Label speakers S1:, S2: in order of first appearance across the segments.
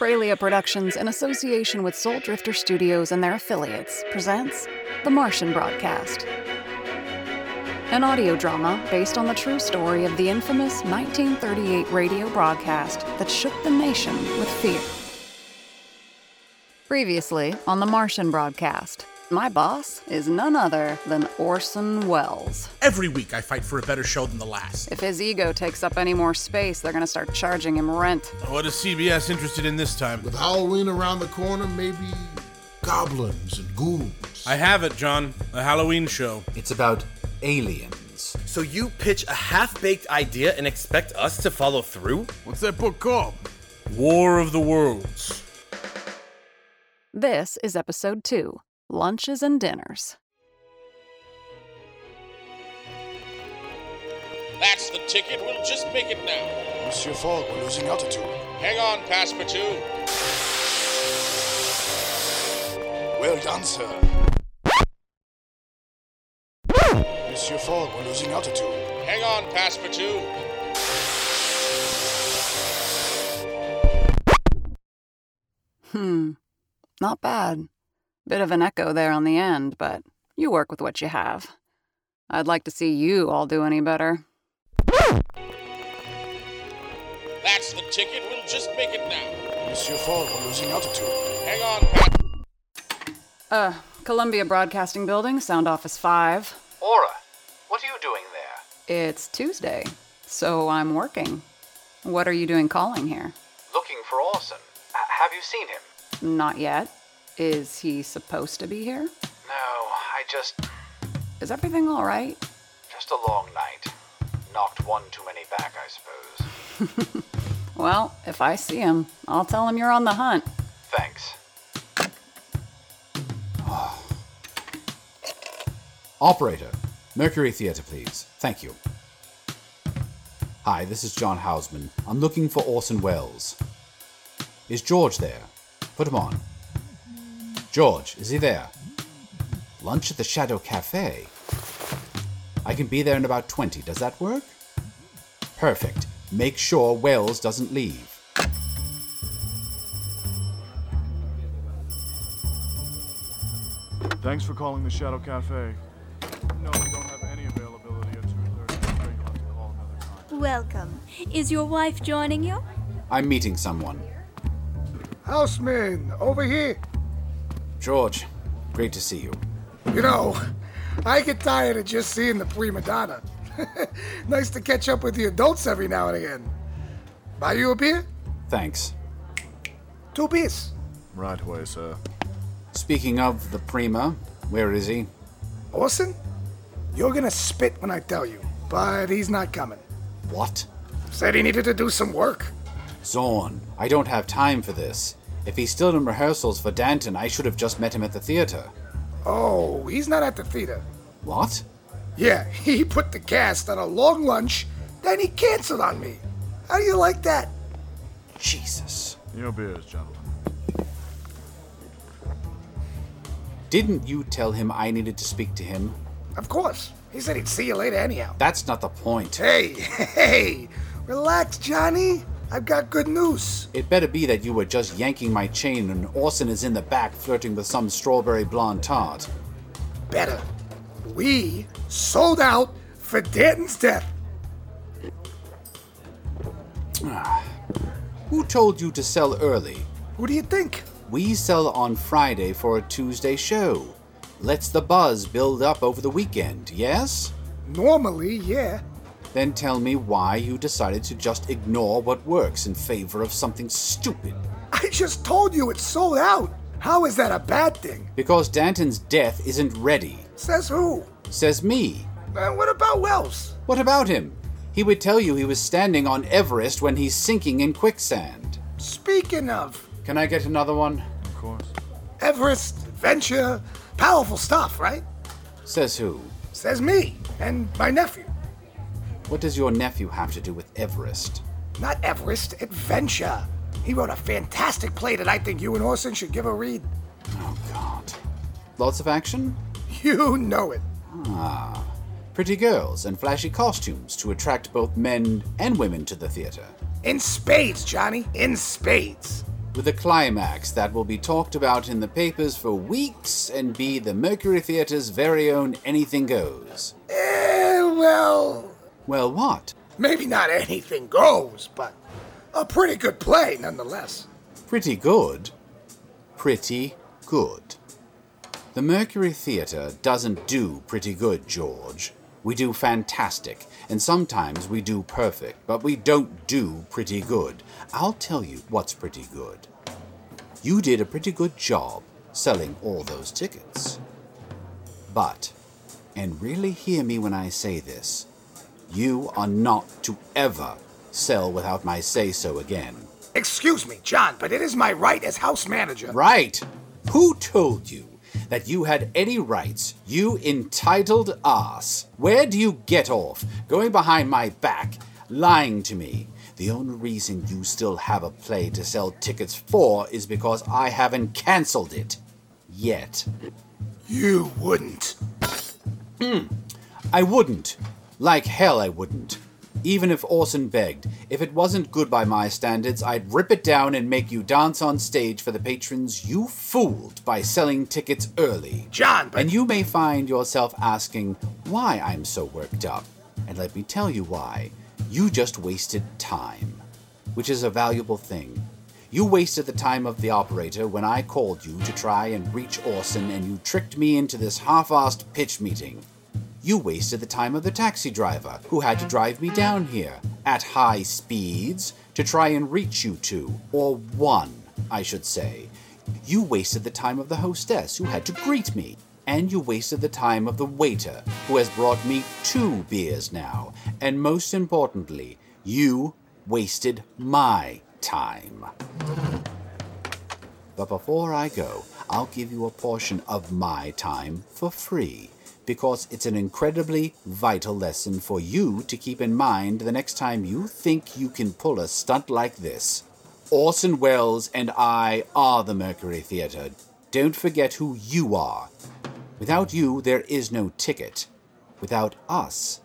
S1: Media Productions, in association with Soul Drifter Studios and their affiliates, presents The Martian Broadcast, an audio drama based on the true story of the infamous 1938 radio broadcast that shook the nation with fear. Previously on The Martian Broadcast, my boss is none other than Orson Welles.
S2: Every week I fight for a better show than the last.
S1: If his ego takes up any more space, they're going to start charging him rent.
S3: What is CBS interested in this time?
S4: With Halloween around the corner, maybe goblins and ghouls.
S3: I have it, John. A Halloween show.
S5: It's about aliens.
S6: So you pitch a half baked idea and expect us to follow through?
S3: What's that book called? War of the Worlds.
S1: This is episode two lunches and dinners.
S7: That's the ticket. We'll just make it now.
S8: It's your fault. We're losing altitude.
S7: Hang on, Passepartout.
S8: Well done, sir. It's your fault. We're losing altitude.
S7: Hang on, Passepartout.
S1: Hmm, not bad. Bit of an echo there on the end, but you work with what you have. I'd like to see you all do any better.
S7: That's the ticket. We'll just make it now.
S8: It's your fault. We're losing altitude.
S7: Hang on, Pass.
S1: Uh, Columbia Broadcasting Building, Sound Office 5.
S9: Aura, what are you doing there?
S1: It's Tuesday, so I'm working. What are you doing calling here?
S9: Looking for Orson. H- have you seen him?
S1: Not yet. Is he supposed to be here?
S9: No, I just.
S1: Is everything all right?
S9: just a long night. Knocked one too many back, I suppose.
S1: Well, if I see him, I'll tell him you're on the hunt.
S9: Thanks.
S5: Operator, Mercury Theatre, please. Thank you. Hi, this is John Hausman. I'm looking for Orson Welles. Is George there? Put him on. George, is he there? Lunch at the Shadow Cafe. I can be there in about 20. Does that work? Perfect. Make sure Wells doesn't leave.
S10: Thanks for calling the Shadow Cafe. No, we don't have any availability at 2.30, so you'll have to call another time.
S11: Welcome. Is your wife joining you?
S5: I'm meeting someone.
S12: Houseman, over here.
S5: George, great to see you.
S12: You know, I get tired of just seeing the prima donna. nice to catch up with the adults every now and again. Buy you a beer?
S5: Thanks.
S12: Two beers.
S10: Right away, sir.
S5: Speaking of the Prima, where is he?
S12: Orson, you're gonna spit when I tell you, but he's not coming.
S5: What?
S12: Said he needed to do some work.
S5: Zorn, I don't have time for this. If he's still in rehearsals for Danton, I should have just met him at the theater.
S12: Oh, he's not at the theater.
S5: What?
S12: Yeah, he put the cast on a long lunch, then he canceled on me. How do you like that?
S5: Jesus.
S10: Your beers, gentlemen.
S5: Didn't you tell him I needed to speak to him?
S12: Of course. He said he'd see you later anyhow.
S5: That's not the point.
S12: Hey, hey, relax, Johnny. I've got good news.
S5: It better be that you were just yanking my chain and Orson is in the back flirting with some strawberry blonde tart.
S12: Better. We sold out for Danton's death.
S5: Who told you to sell early?
S12: Who do you think?
S5: We sell on Friday for a Tuesday show. Let's the buzz build up over the weekend, yes?
S12: Normally, yeah.
S5: Then tell me why you decided to just ignore what works in favor of something stupid.
S12: I just told you it's sold out. How is that a bad thing?
S5: Because Danton's death isn't ready,
S12: Says who?
S5: says me.
S12: And what about Wells?
S5: What about him? He would tell you he was standing on Everest when he's sinking in quicksand.
S12: Speaking of
S5: Can I get another one?
S10: Of course.
S12: Everest, adventure, powerful stuff, right?
S5: Says who?
S12: Says me and my nephew.
S5: What does your nephew have to do with Everest?
S12: Not Everest, adventure. He wrote a fantastic play that I think you and Orson should give a read.
S5: Oh, God. Lots of action?
S12: You know it.
S5: Pretty girls and flashy costumes to attract both men and women to the theater.
S12: In spades, Johnny. In spades.
S5: with a climax that will be talked about in the papers for weeks and be the Mercury Theatre's very own Anything Goes.
S12: Eh, well,
S5: Well, what?
S12: maybe not anything goes, but a pretty good play nonetheless.
S5: Pretty good. Pretty good. The Mercury Theatre doesn't do pretty good, George. We do fantastic, and sometimes we do perfect, but we don't do pretty good. I'll tell you what's pretty good. You did a pretty good job selling all those tickets. But, and really hear me when I say this, you are not to ever sell without my say so again.
S12: Excuse me, John, but it is my right as house manager.
S5: Right. Who told you that you had any rights? You entitled ass. Where do you get off? Going behind my back, lying to me. The only reason you still have a play to sell tickets for is because I haven't cancelled it. Yet.
S12: You wouldn't.
S5: I wouldn't. Like hell, I wouldn't. Even if Orson begged. If it wasn't good by my standards, I'd rip it down and make you dance on stage for the patrons you fooled by selling tickets early.
S12: John, but.
S5: And you may find yourself asking why I'm so worked up. And let me tell you why. You just wasted time, which is a valuable thing. You wasted the time of the operator when I called you to try and reach Orson, and you tricked me into this half assed pitch meeting. You wasted the time of the taxi driver who had to drive me down here at high speeds to try and reach you two, or one, I should say. You wasted the time of the hostess who had to greet me, and you wasted the time of the waiter who has brought me two beers now, and most importantly, you wasted my time. But before I go, I'll give you a portion of my time for free because it's an incredibly vital lesson for you to keep in mind the next time you think you can pull a stunt like this. Orson Welles and I are the Mercury Theatre. Don't forget who you are. Without you, there is no ticket. Without us,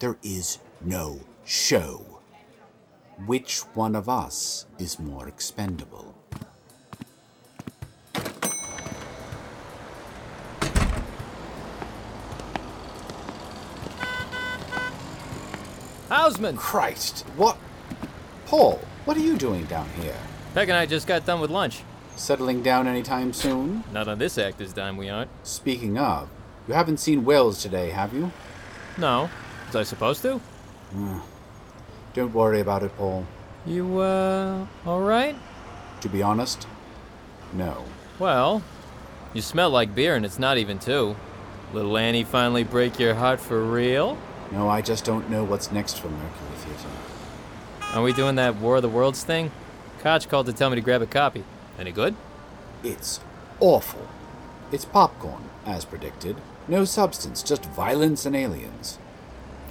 S5: there is no show. Which one of us is more expendable?
S13: Hausman!
S5: Christ, what? Paul, what are you doing down here?
S13: Peck and I just got done with lunch.
S5: Settling down anytime soon?
S13: Not on this actor's dime, we aren't.
S5: Speaking of, you haven't seen Wells today, have you?
S13: No. Was I supposed to?
S5: Hmm. Don't worry about it, Paul.
S13: You, uh, alright?
S5: To be honest, no.
S13: Well, you smell like beer and it's not even two. Little Annie finally break your heart for real?
S5: No, I just don't know what's next for Mercury Theatre.
S13: Are we doing that War of the Worlds thing? Koch called to tell me to grab a copy. Any good?
S5: It's awful. It's popcorn, as predicted. No substance, just violence and aliens.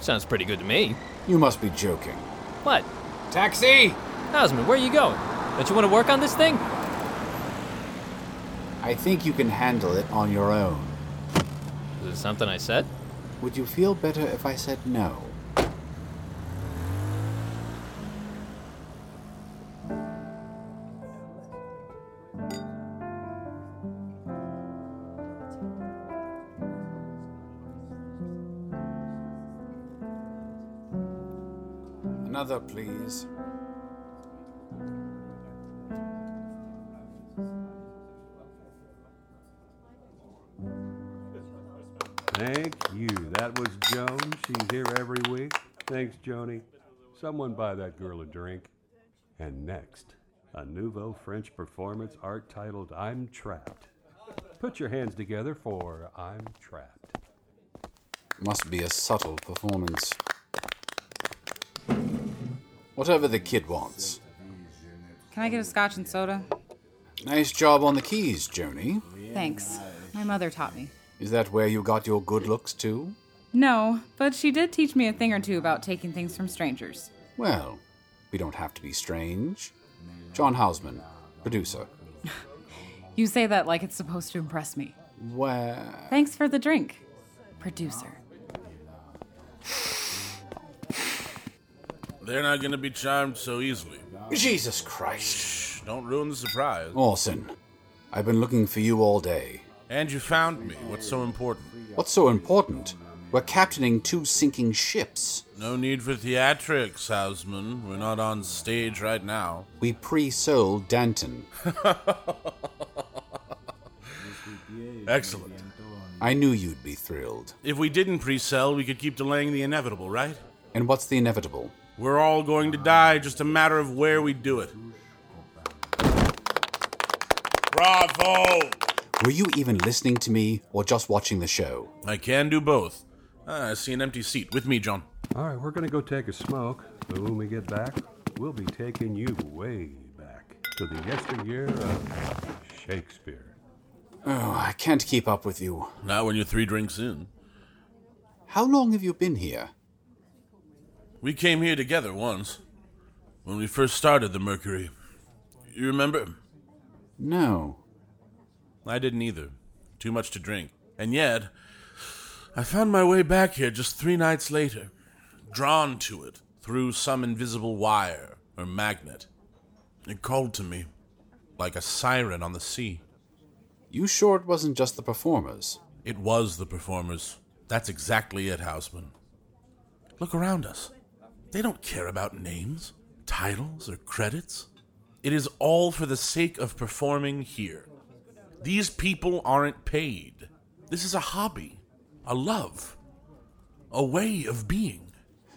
S13: Sounds pretty good to me.
S5: You must be joking.
S13: What?
S5: Taxi!
S13: Hausman, where are you going? Don't you want to work on this thing?
S5: I think you can handle it on your own.
S13: Is it something I said?
S5: Would you feel better if I said no? Another, please.
S14: Thank you. That was Joan. She's here every week. Thanks, Joni. Someone buy that girl a drink. And next, a nouveau French performance art titled I'm Trapped. Put your hands together for I'm Trapped.
S5: Must be a subtle performance. Whatever the kid wants.
S15: Can I get a scotch and soda?
S5: Nice job on the keys, Joni.
S15: Thanks. My mother taught me.
S5: Is that where you got your good looks too?
S15: No, but she did teach me a thing or two about taking things from strangers.
S5: Well, we don't have to be strange. John Hausman, producer.
S15: You say that like it's supposed to impress me.
S5: Where?
S15: Thanks for the drink, producer.
S3: They're not gonna be charmed so easily.
S5: Jesus Christ.
S3: much. Don't ruin the surprise.
S5: Orson, I've been looking for you all day.
S3: And you found me. What's so important?
S5: What's so important? We're captaining two sinking ships.
S3: No need for theatrics, Hausman. We're not on stage right now.
S5: We pre sold Danton.
S3: Excellent.
S5: I knew you'd be thrilled.
S3: If we didn't pre sell, we could keep delaying the inevitable, right?
S5: And what's the inevitable?
S3: We're all going to die, just a matter of where we do it. Bravo!
S5: Were you even listening to me or just watching the show?
S3: I can do both. Ah, I see an empty seat. With me, John.
S14: All right, we're going to go take a smoke, but when we get back, we'll be taking you way back to the yesteryear of Shakespeare.
S5: Oh, I can't keep up with you.
S3: Not when you're three drinks in.
S5: How long have you been here?
S3: We came here together once, when we first started the Mercury. You remember?
S5: No.
S3: I didn't either. Too much to drink. And yet, I found my way back here just three nights later, drawn to it through some invisible wire or magnet. It called to me, like a siren on the sea.
S5: You sure it wasn't just the performers?
S3: It was the performers. That's exactly it, Hausman. Look around us. They don't care about names, titles, or credits. It is all for the sake of performing here. These people aren't paid. This is a hobby, a love, a way of being.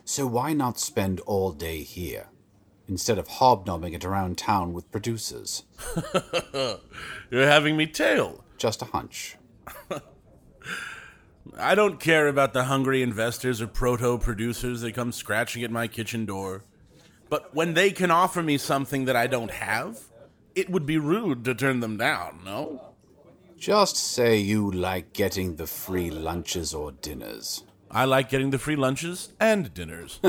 S5: So why not spend all day here, instead of hobnobbing it around town with producers?
S3: You're having me tail.
S5: Just a hunch.
S3: I don't care about the hungry investors or proto producers that come scratching at my kitchen door. But when they can offer me something that I don't have, it would be rude to turn them down, no?
S5: Just say you like getting the free lunches or dinners.
S3: I like getting the free lunches and dinners.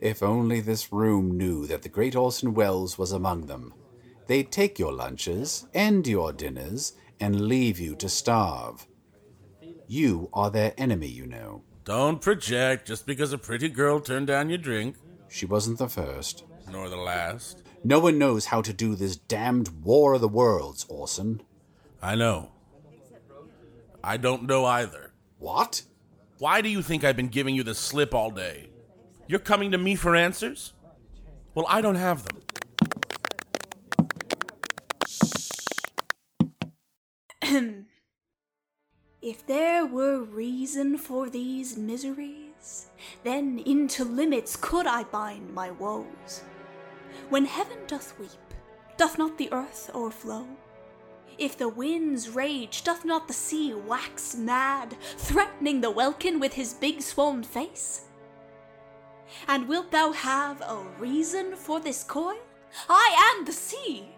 S5: If only this room knew that the great Orson Welles was among them. They'd take your lunches and your dinners and leave you to starve. You are their enemy, you know.
S3: Don't project just because a pretty girl turned down your drink,
S5: She wasn't the first.
S3: nor the last.
S5: No one knows how to do this damned War of the Worlds, Orson.
S3: I know. I don't know either.
S5: What?
S3: Why do you think I've been giving you the slip all day? You're coming to me for answers? Well, I don't have them.
S11: if there were reason for these miseries, then into limits could I bind my woes. When heaven doth weep, doth not the earth o'erflow? If the winds rage, doth not the sea wax mad, threatening the welkin with his big swoln face? And wilt thou have a reason for this coil? I am the sea!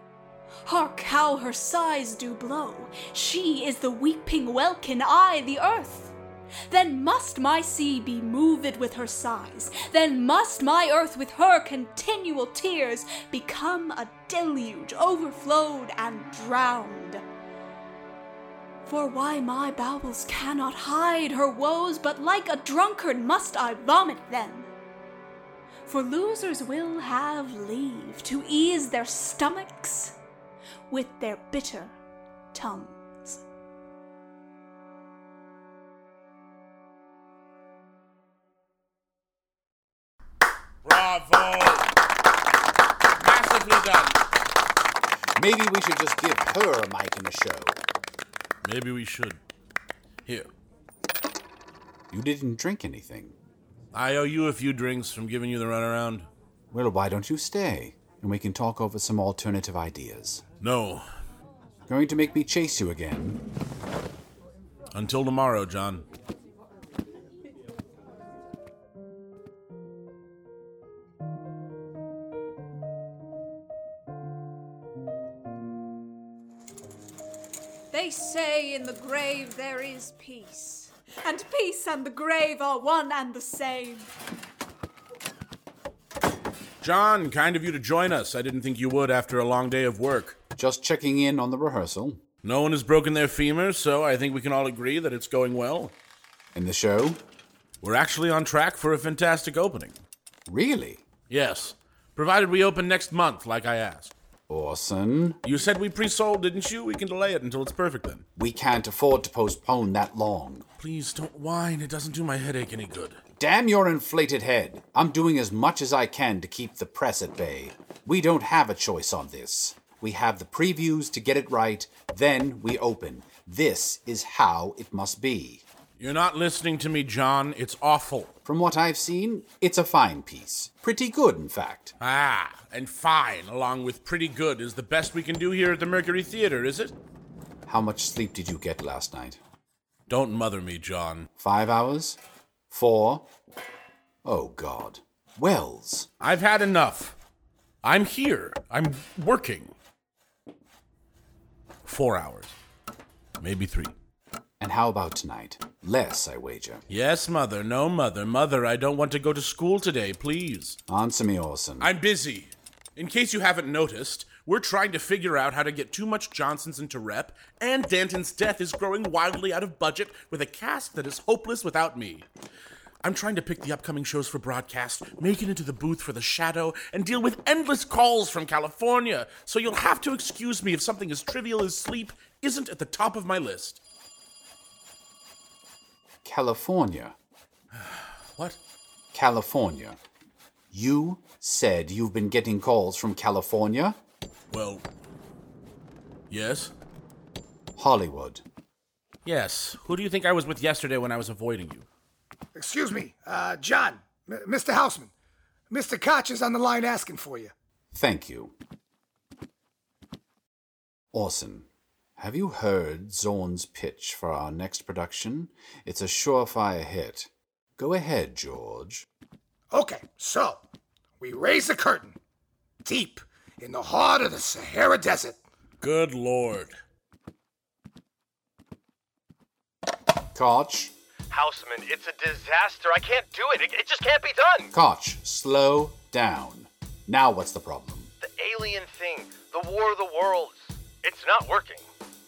S11: Hark how her sighs do blow. She is the weeping welkin, I the earth. Then must my sea be moved with her sighs. Then must my earth with her continual tears become a deluge overflowed and drowned. For why my bowels cannot hide her woes, but like a drunkard must I vomit them. For losers will have leave to ease their stomachs with their bitter tongues.
S2: Bravo! Massively done.
S5: Maybe we should just give her a mic in the show.
S3: Maybe we should. Here,
S5: You didn't drink anything.
S3: I owe you a few drinks from giving you the runaround.
S5: Well, why don't you stay? And we can talk over some alternative ideas.
S3: No.
S5: Going to make me chase you again?
S3: Until tomorrow, John.
S11: They say in the grave there is peace, and peace and the grave are one and the same.
S3: John, kind of you to join us. I didn't think you would after a long day of work.
S5: Just checking in on the rehearsal.
S3: No one has broken their femur, so I think we can all agree that it's going well.
S5: In the show?
S3: We're actually on track for a fantastic opening.
S5: Really?
S3: Yes, provided we open next month, like I asked.
S5: Orson?
S3: You said we pre sold, didn't you? We can delay it until it's perfect then.
S5: We can't afford to postpone that long.
S3: Please don't whine. It doesn't do my headache any good.
S5: Damn your inflated head. I'm doing as much as I can to keep the press at bay. We don't have a choice on this. We have the previews to get it right, then we open. This is how it must be.
S3: You're not listening to me, John. It's awful.
S5: From what I've seen, it's a fine piece. Pretty good, in fact.
S3: Ah, and fine, along with pretty good, is the best we can do here at the Mercury Theater, is it?
S5: How much sleep did you get last night?
S3: Don't mother me, John.
S5: Five hours? Four? Oh, God. Wells.
S3: I've had enough. I'm here. I'm working. Four hours. Maybe three.
S5: And how about tonight? Less, I wager.
S3: Yes, mother. No, mother. Mother, I don't want to go to school today, please.
S5: Answer me, Orson.
S3: I'm busy. In case you haven't noticed, we're trying to figure out how to get too much Johnson's into rep, and Danton's death is growing wildly out of budget with a cast that is hopeless without me. I'm trying to pick the upcoming shows for broadcast, make it into the booth for The Shadow, and deal with endless calls from California, so you'll have to excuse me if something as trivial as sleep isn't at the top of my list.
S5: California.
S3: What?
S5: California. You said you've been getting calls from California?
S3: Well, yes.
S5: Hollywood.
S3: Yes. Who do you think I was with yesterday when I was avoiding you?
S12: Excuse me, uh, John, M- Mr. Houseman. Mr. Koch is on the line asking for you.
S5: Thank you. Orson, have you heard Zorn's pitch for our next production? It's a surefire hit. Go ahead, George.
S12: Okay, so we raise the curtain deep in the heart of the Sahara Desert.
S3: Good lord.
S5: Koch?
S16: Houseman, it's a disaster. I can't do it. It, it just can't be done.
S5: Koch, slow down. Now what's the problem?
S16: The alien thing, the war of the worlds. It's not working.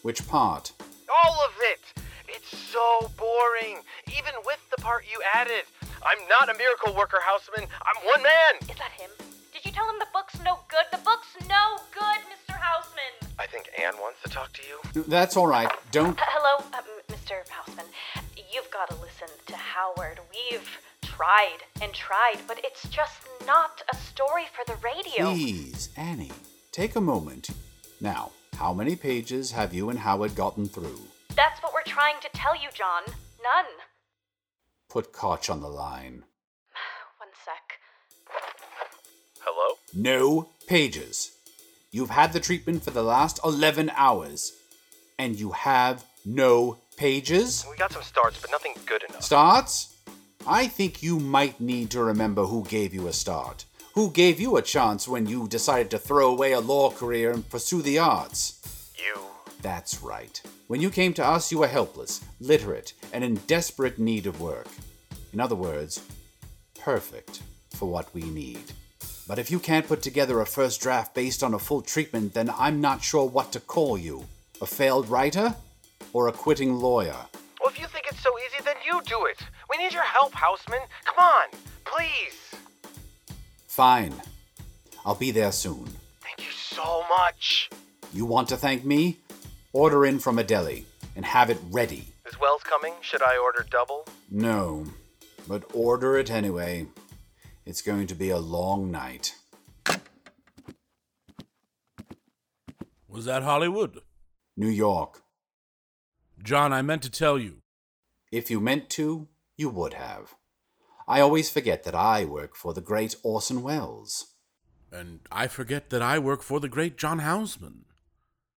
S5: Which part?
S16: All of it! It's so boring, even with the part you added. I'm not a miracle worker, Houseman. I'm one man!
S17: Is that him? Did you tell him the book's no good? The book's no good, Mr. Houseman!
S16: I think Anne wants to talk to you.
S5: That's all right. Don't.
S17: Uh, hello, uh, m- Mr. Houseman. You've got to listen to Howard. We've tried and tried, but it's just not a story for the radio.
S5: Please, Annie, take a moment. Now, how many pages have you and Howard gotten through?
S17: That's what we're trying to tell you, John. None.
S5: Put Koch on the line.
S17: One sec.
S16: Hello?
S5: No pages. You've had the treatment for the last 11 hours, and you have no pages?
S16: We got some starts, but nothing good enough.
S5: Starts? I think you might need to remember who gave you a start. Who gave you a chance when you decided to throw away a law career and pursue the arts?
S16: You.
S5: That's right. When you came to us, you were helpless, literate, and in desperate need of work. In other words, perfect for what we need. But if you can't put together a first draft based on a full treatment, then I'm not sure what to call you. A failed writer? Or a quitting lawyer?
S16: Well, if you think it's so easy, then you do it. We need your help, Houseman. Come on, please.
S5: Fine. I'll be there soon.
S16: Thank you so much.
S5: You want to thank me? Order in from a deli and have it ready.
S16: Is Wells coming? Should I order double?
S5: No, but order it anyway. It's going to be a long night.
S3: Was that Hollywood?
S5: New York.
S3: John, I meant to tell you.
S5: If you meant to, you would have. I always forget that I work for the great Orson Welles.
S3: And I forget that I work for the great John Houseman.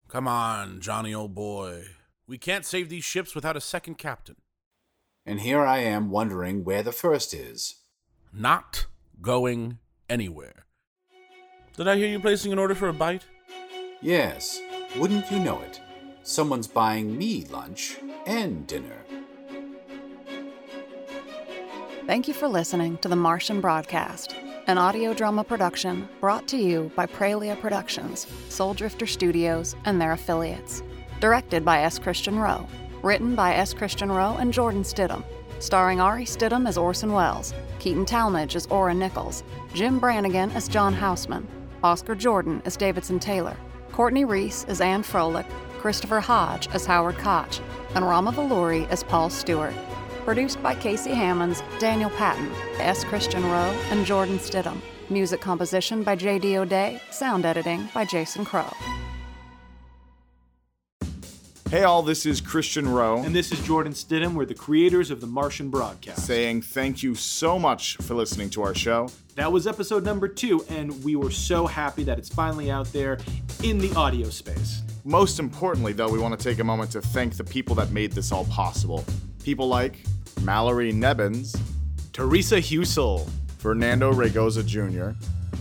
S3: Come on, Johnny, old boy. We can't save these ships without a second captain.
S5: And here I am wondering where the first is.
S3: Not going anywhere. Did I hear you placing an order for a bite?
S5: Yes. Wouldn't you know it? Someone's buying me lunch and dinner.
S1: Thank you for listening to the Martian Broadcast, an audio drama production brought to you by Prelia Productions, Soul Drifter Studios, and their affiliates. Directed by S. Christian Rowe. Written by S. Christian Rowe and Jordan Stidham. Starring Ari Stidham as Orson Welles, Keaton Talmadge as Ora Nichols, Jim Brannigan as John Houseman, Oscar Jordan as Davidson Taylor, Courtney Reese as Anne Frolick, Christopher Hodge as Howard Koch, and Rama Valori as Paul Stewart. Produced by Casey Hammonds, Daniel Patton, S. Christian Rowe, and Jordan Stidham. Music composition by J.D. O'Day, sound editing by Jason Crow.
S18: Hey, all, this is Christian Rowe.
S16: And this is Jordan Stidham. We're the creators of the Martian broadcast.
S18: Saying thank you so much for listening to our show.
S16: That was episode number two, and we were so happy that it's finally out there in the audio space.
S18: Most importantly, though, we want to take a moment to thank the people that made this all possible. People like Mallory Nebbins,
S16: Teresa Husel,
S18: Fernando Regoza Jr.,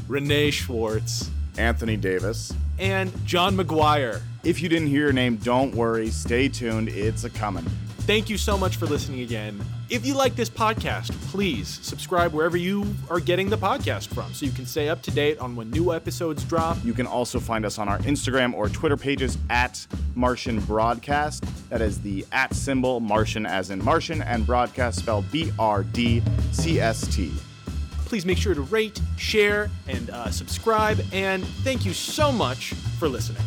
S16: Renee Schwartz,
S18: Anthony Davis,
S16: and John McGuire.
S18: If you didn't hear your name, don't worry. Stay tuned, it's a coming.
S16: Thank you so much for listening again. If you like this podcast, please subscribe wherever you are getting the podcast from so you can stay up to date on when new episodes drop.
S18: You can also find us on our Instagram or Twitter pages at Martian Broadcast. That is the at symbol Martian as in Martian and broadcast spelled B R D C S T.
S16: Please make sure to rate, share, and uh, subscribe. And thank you so much for listening.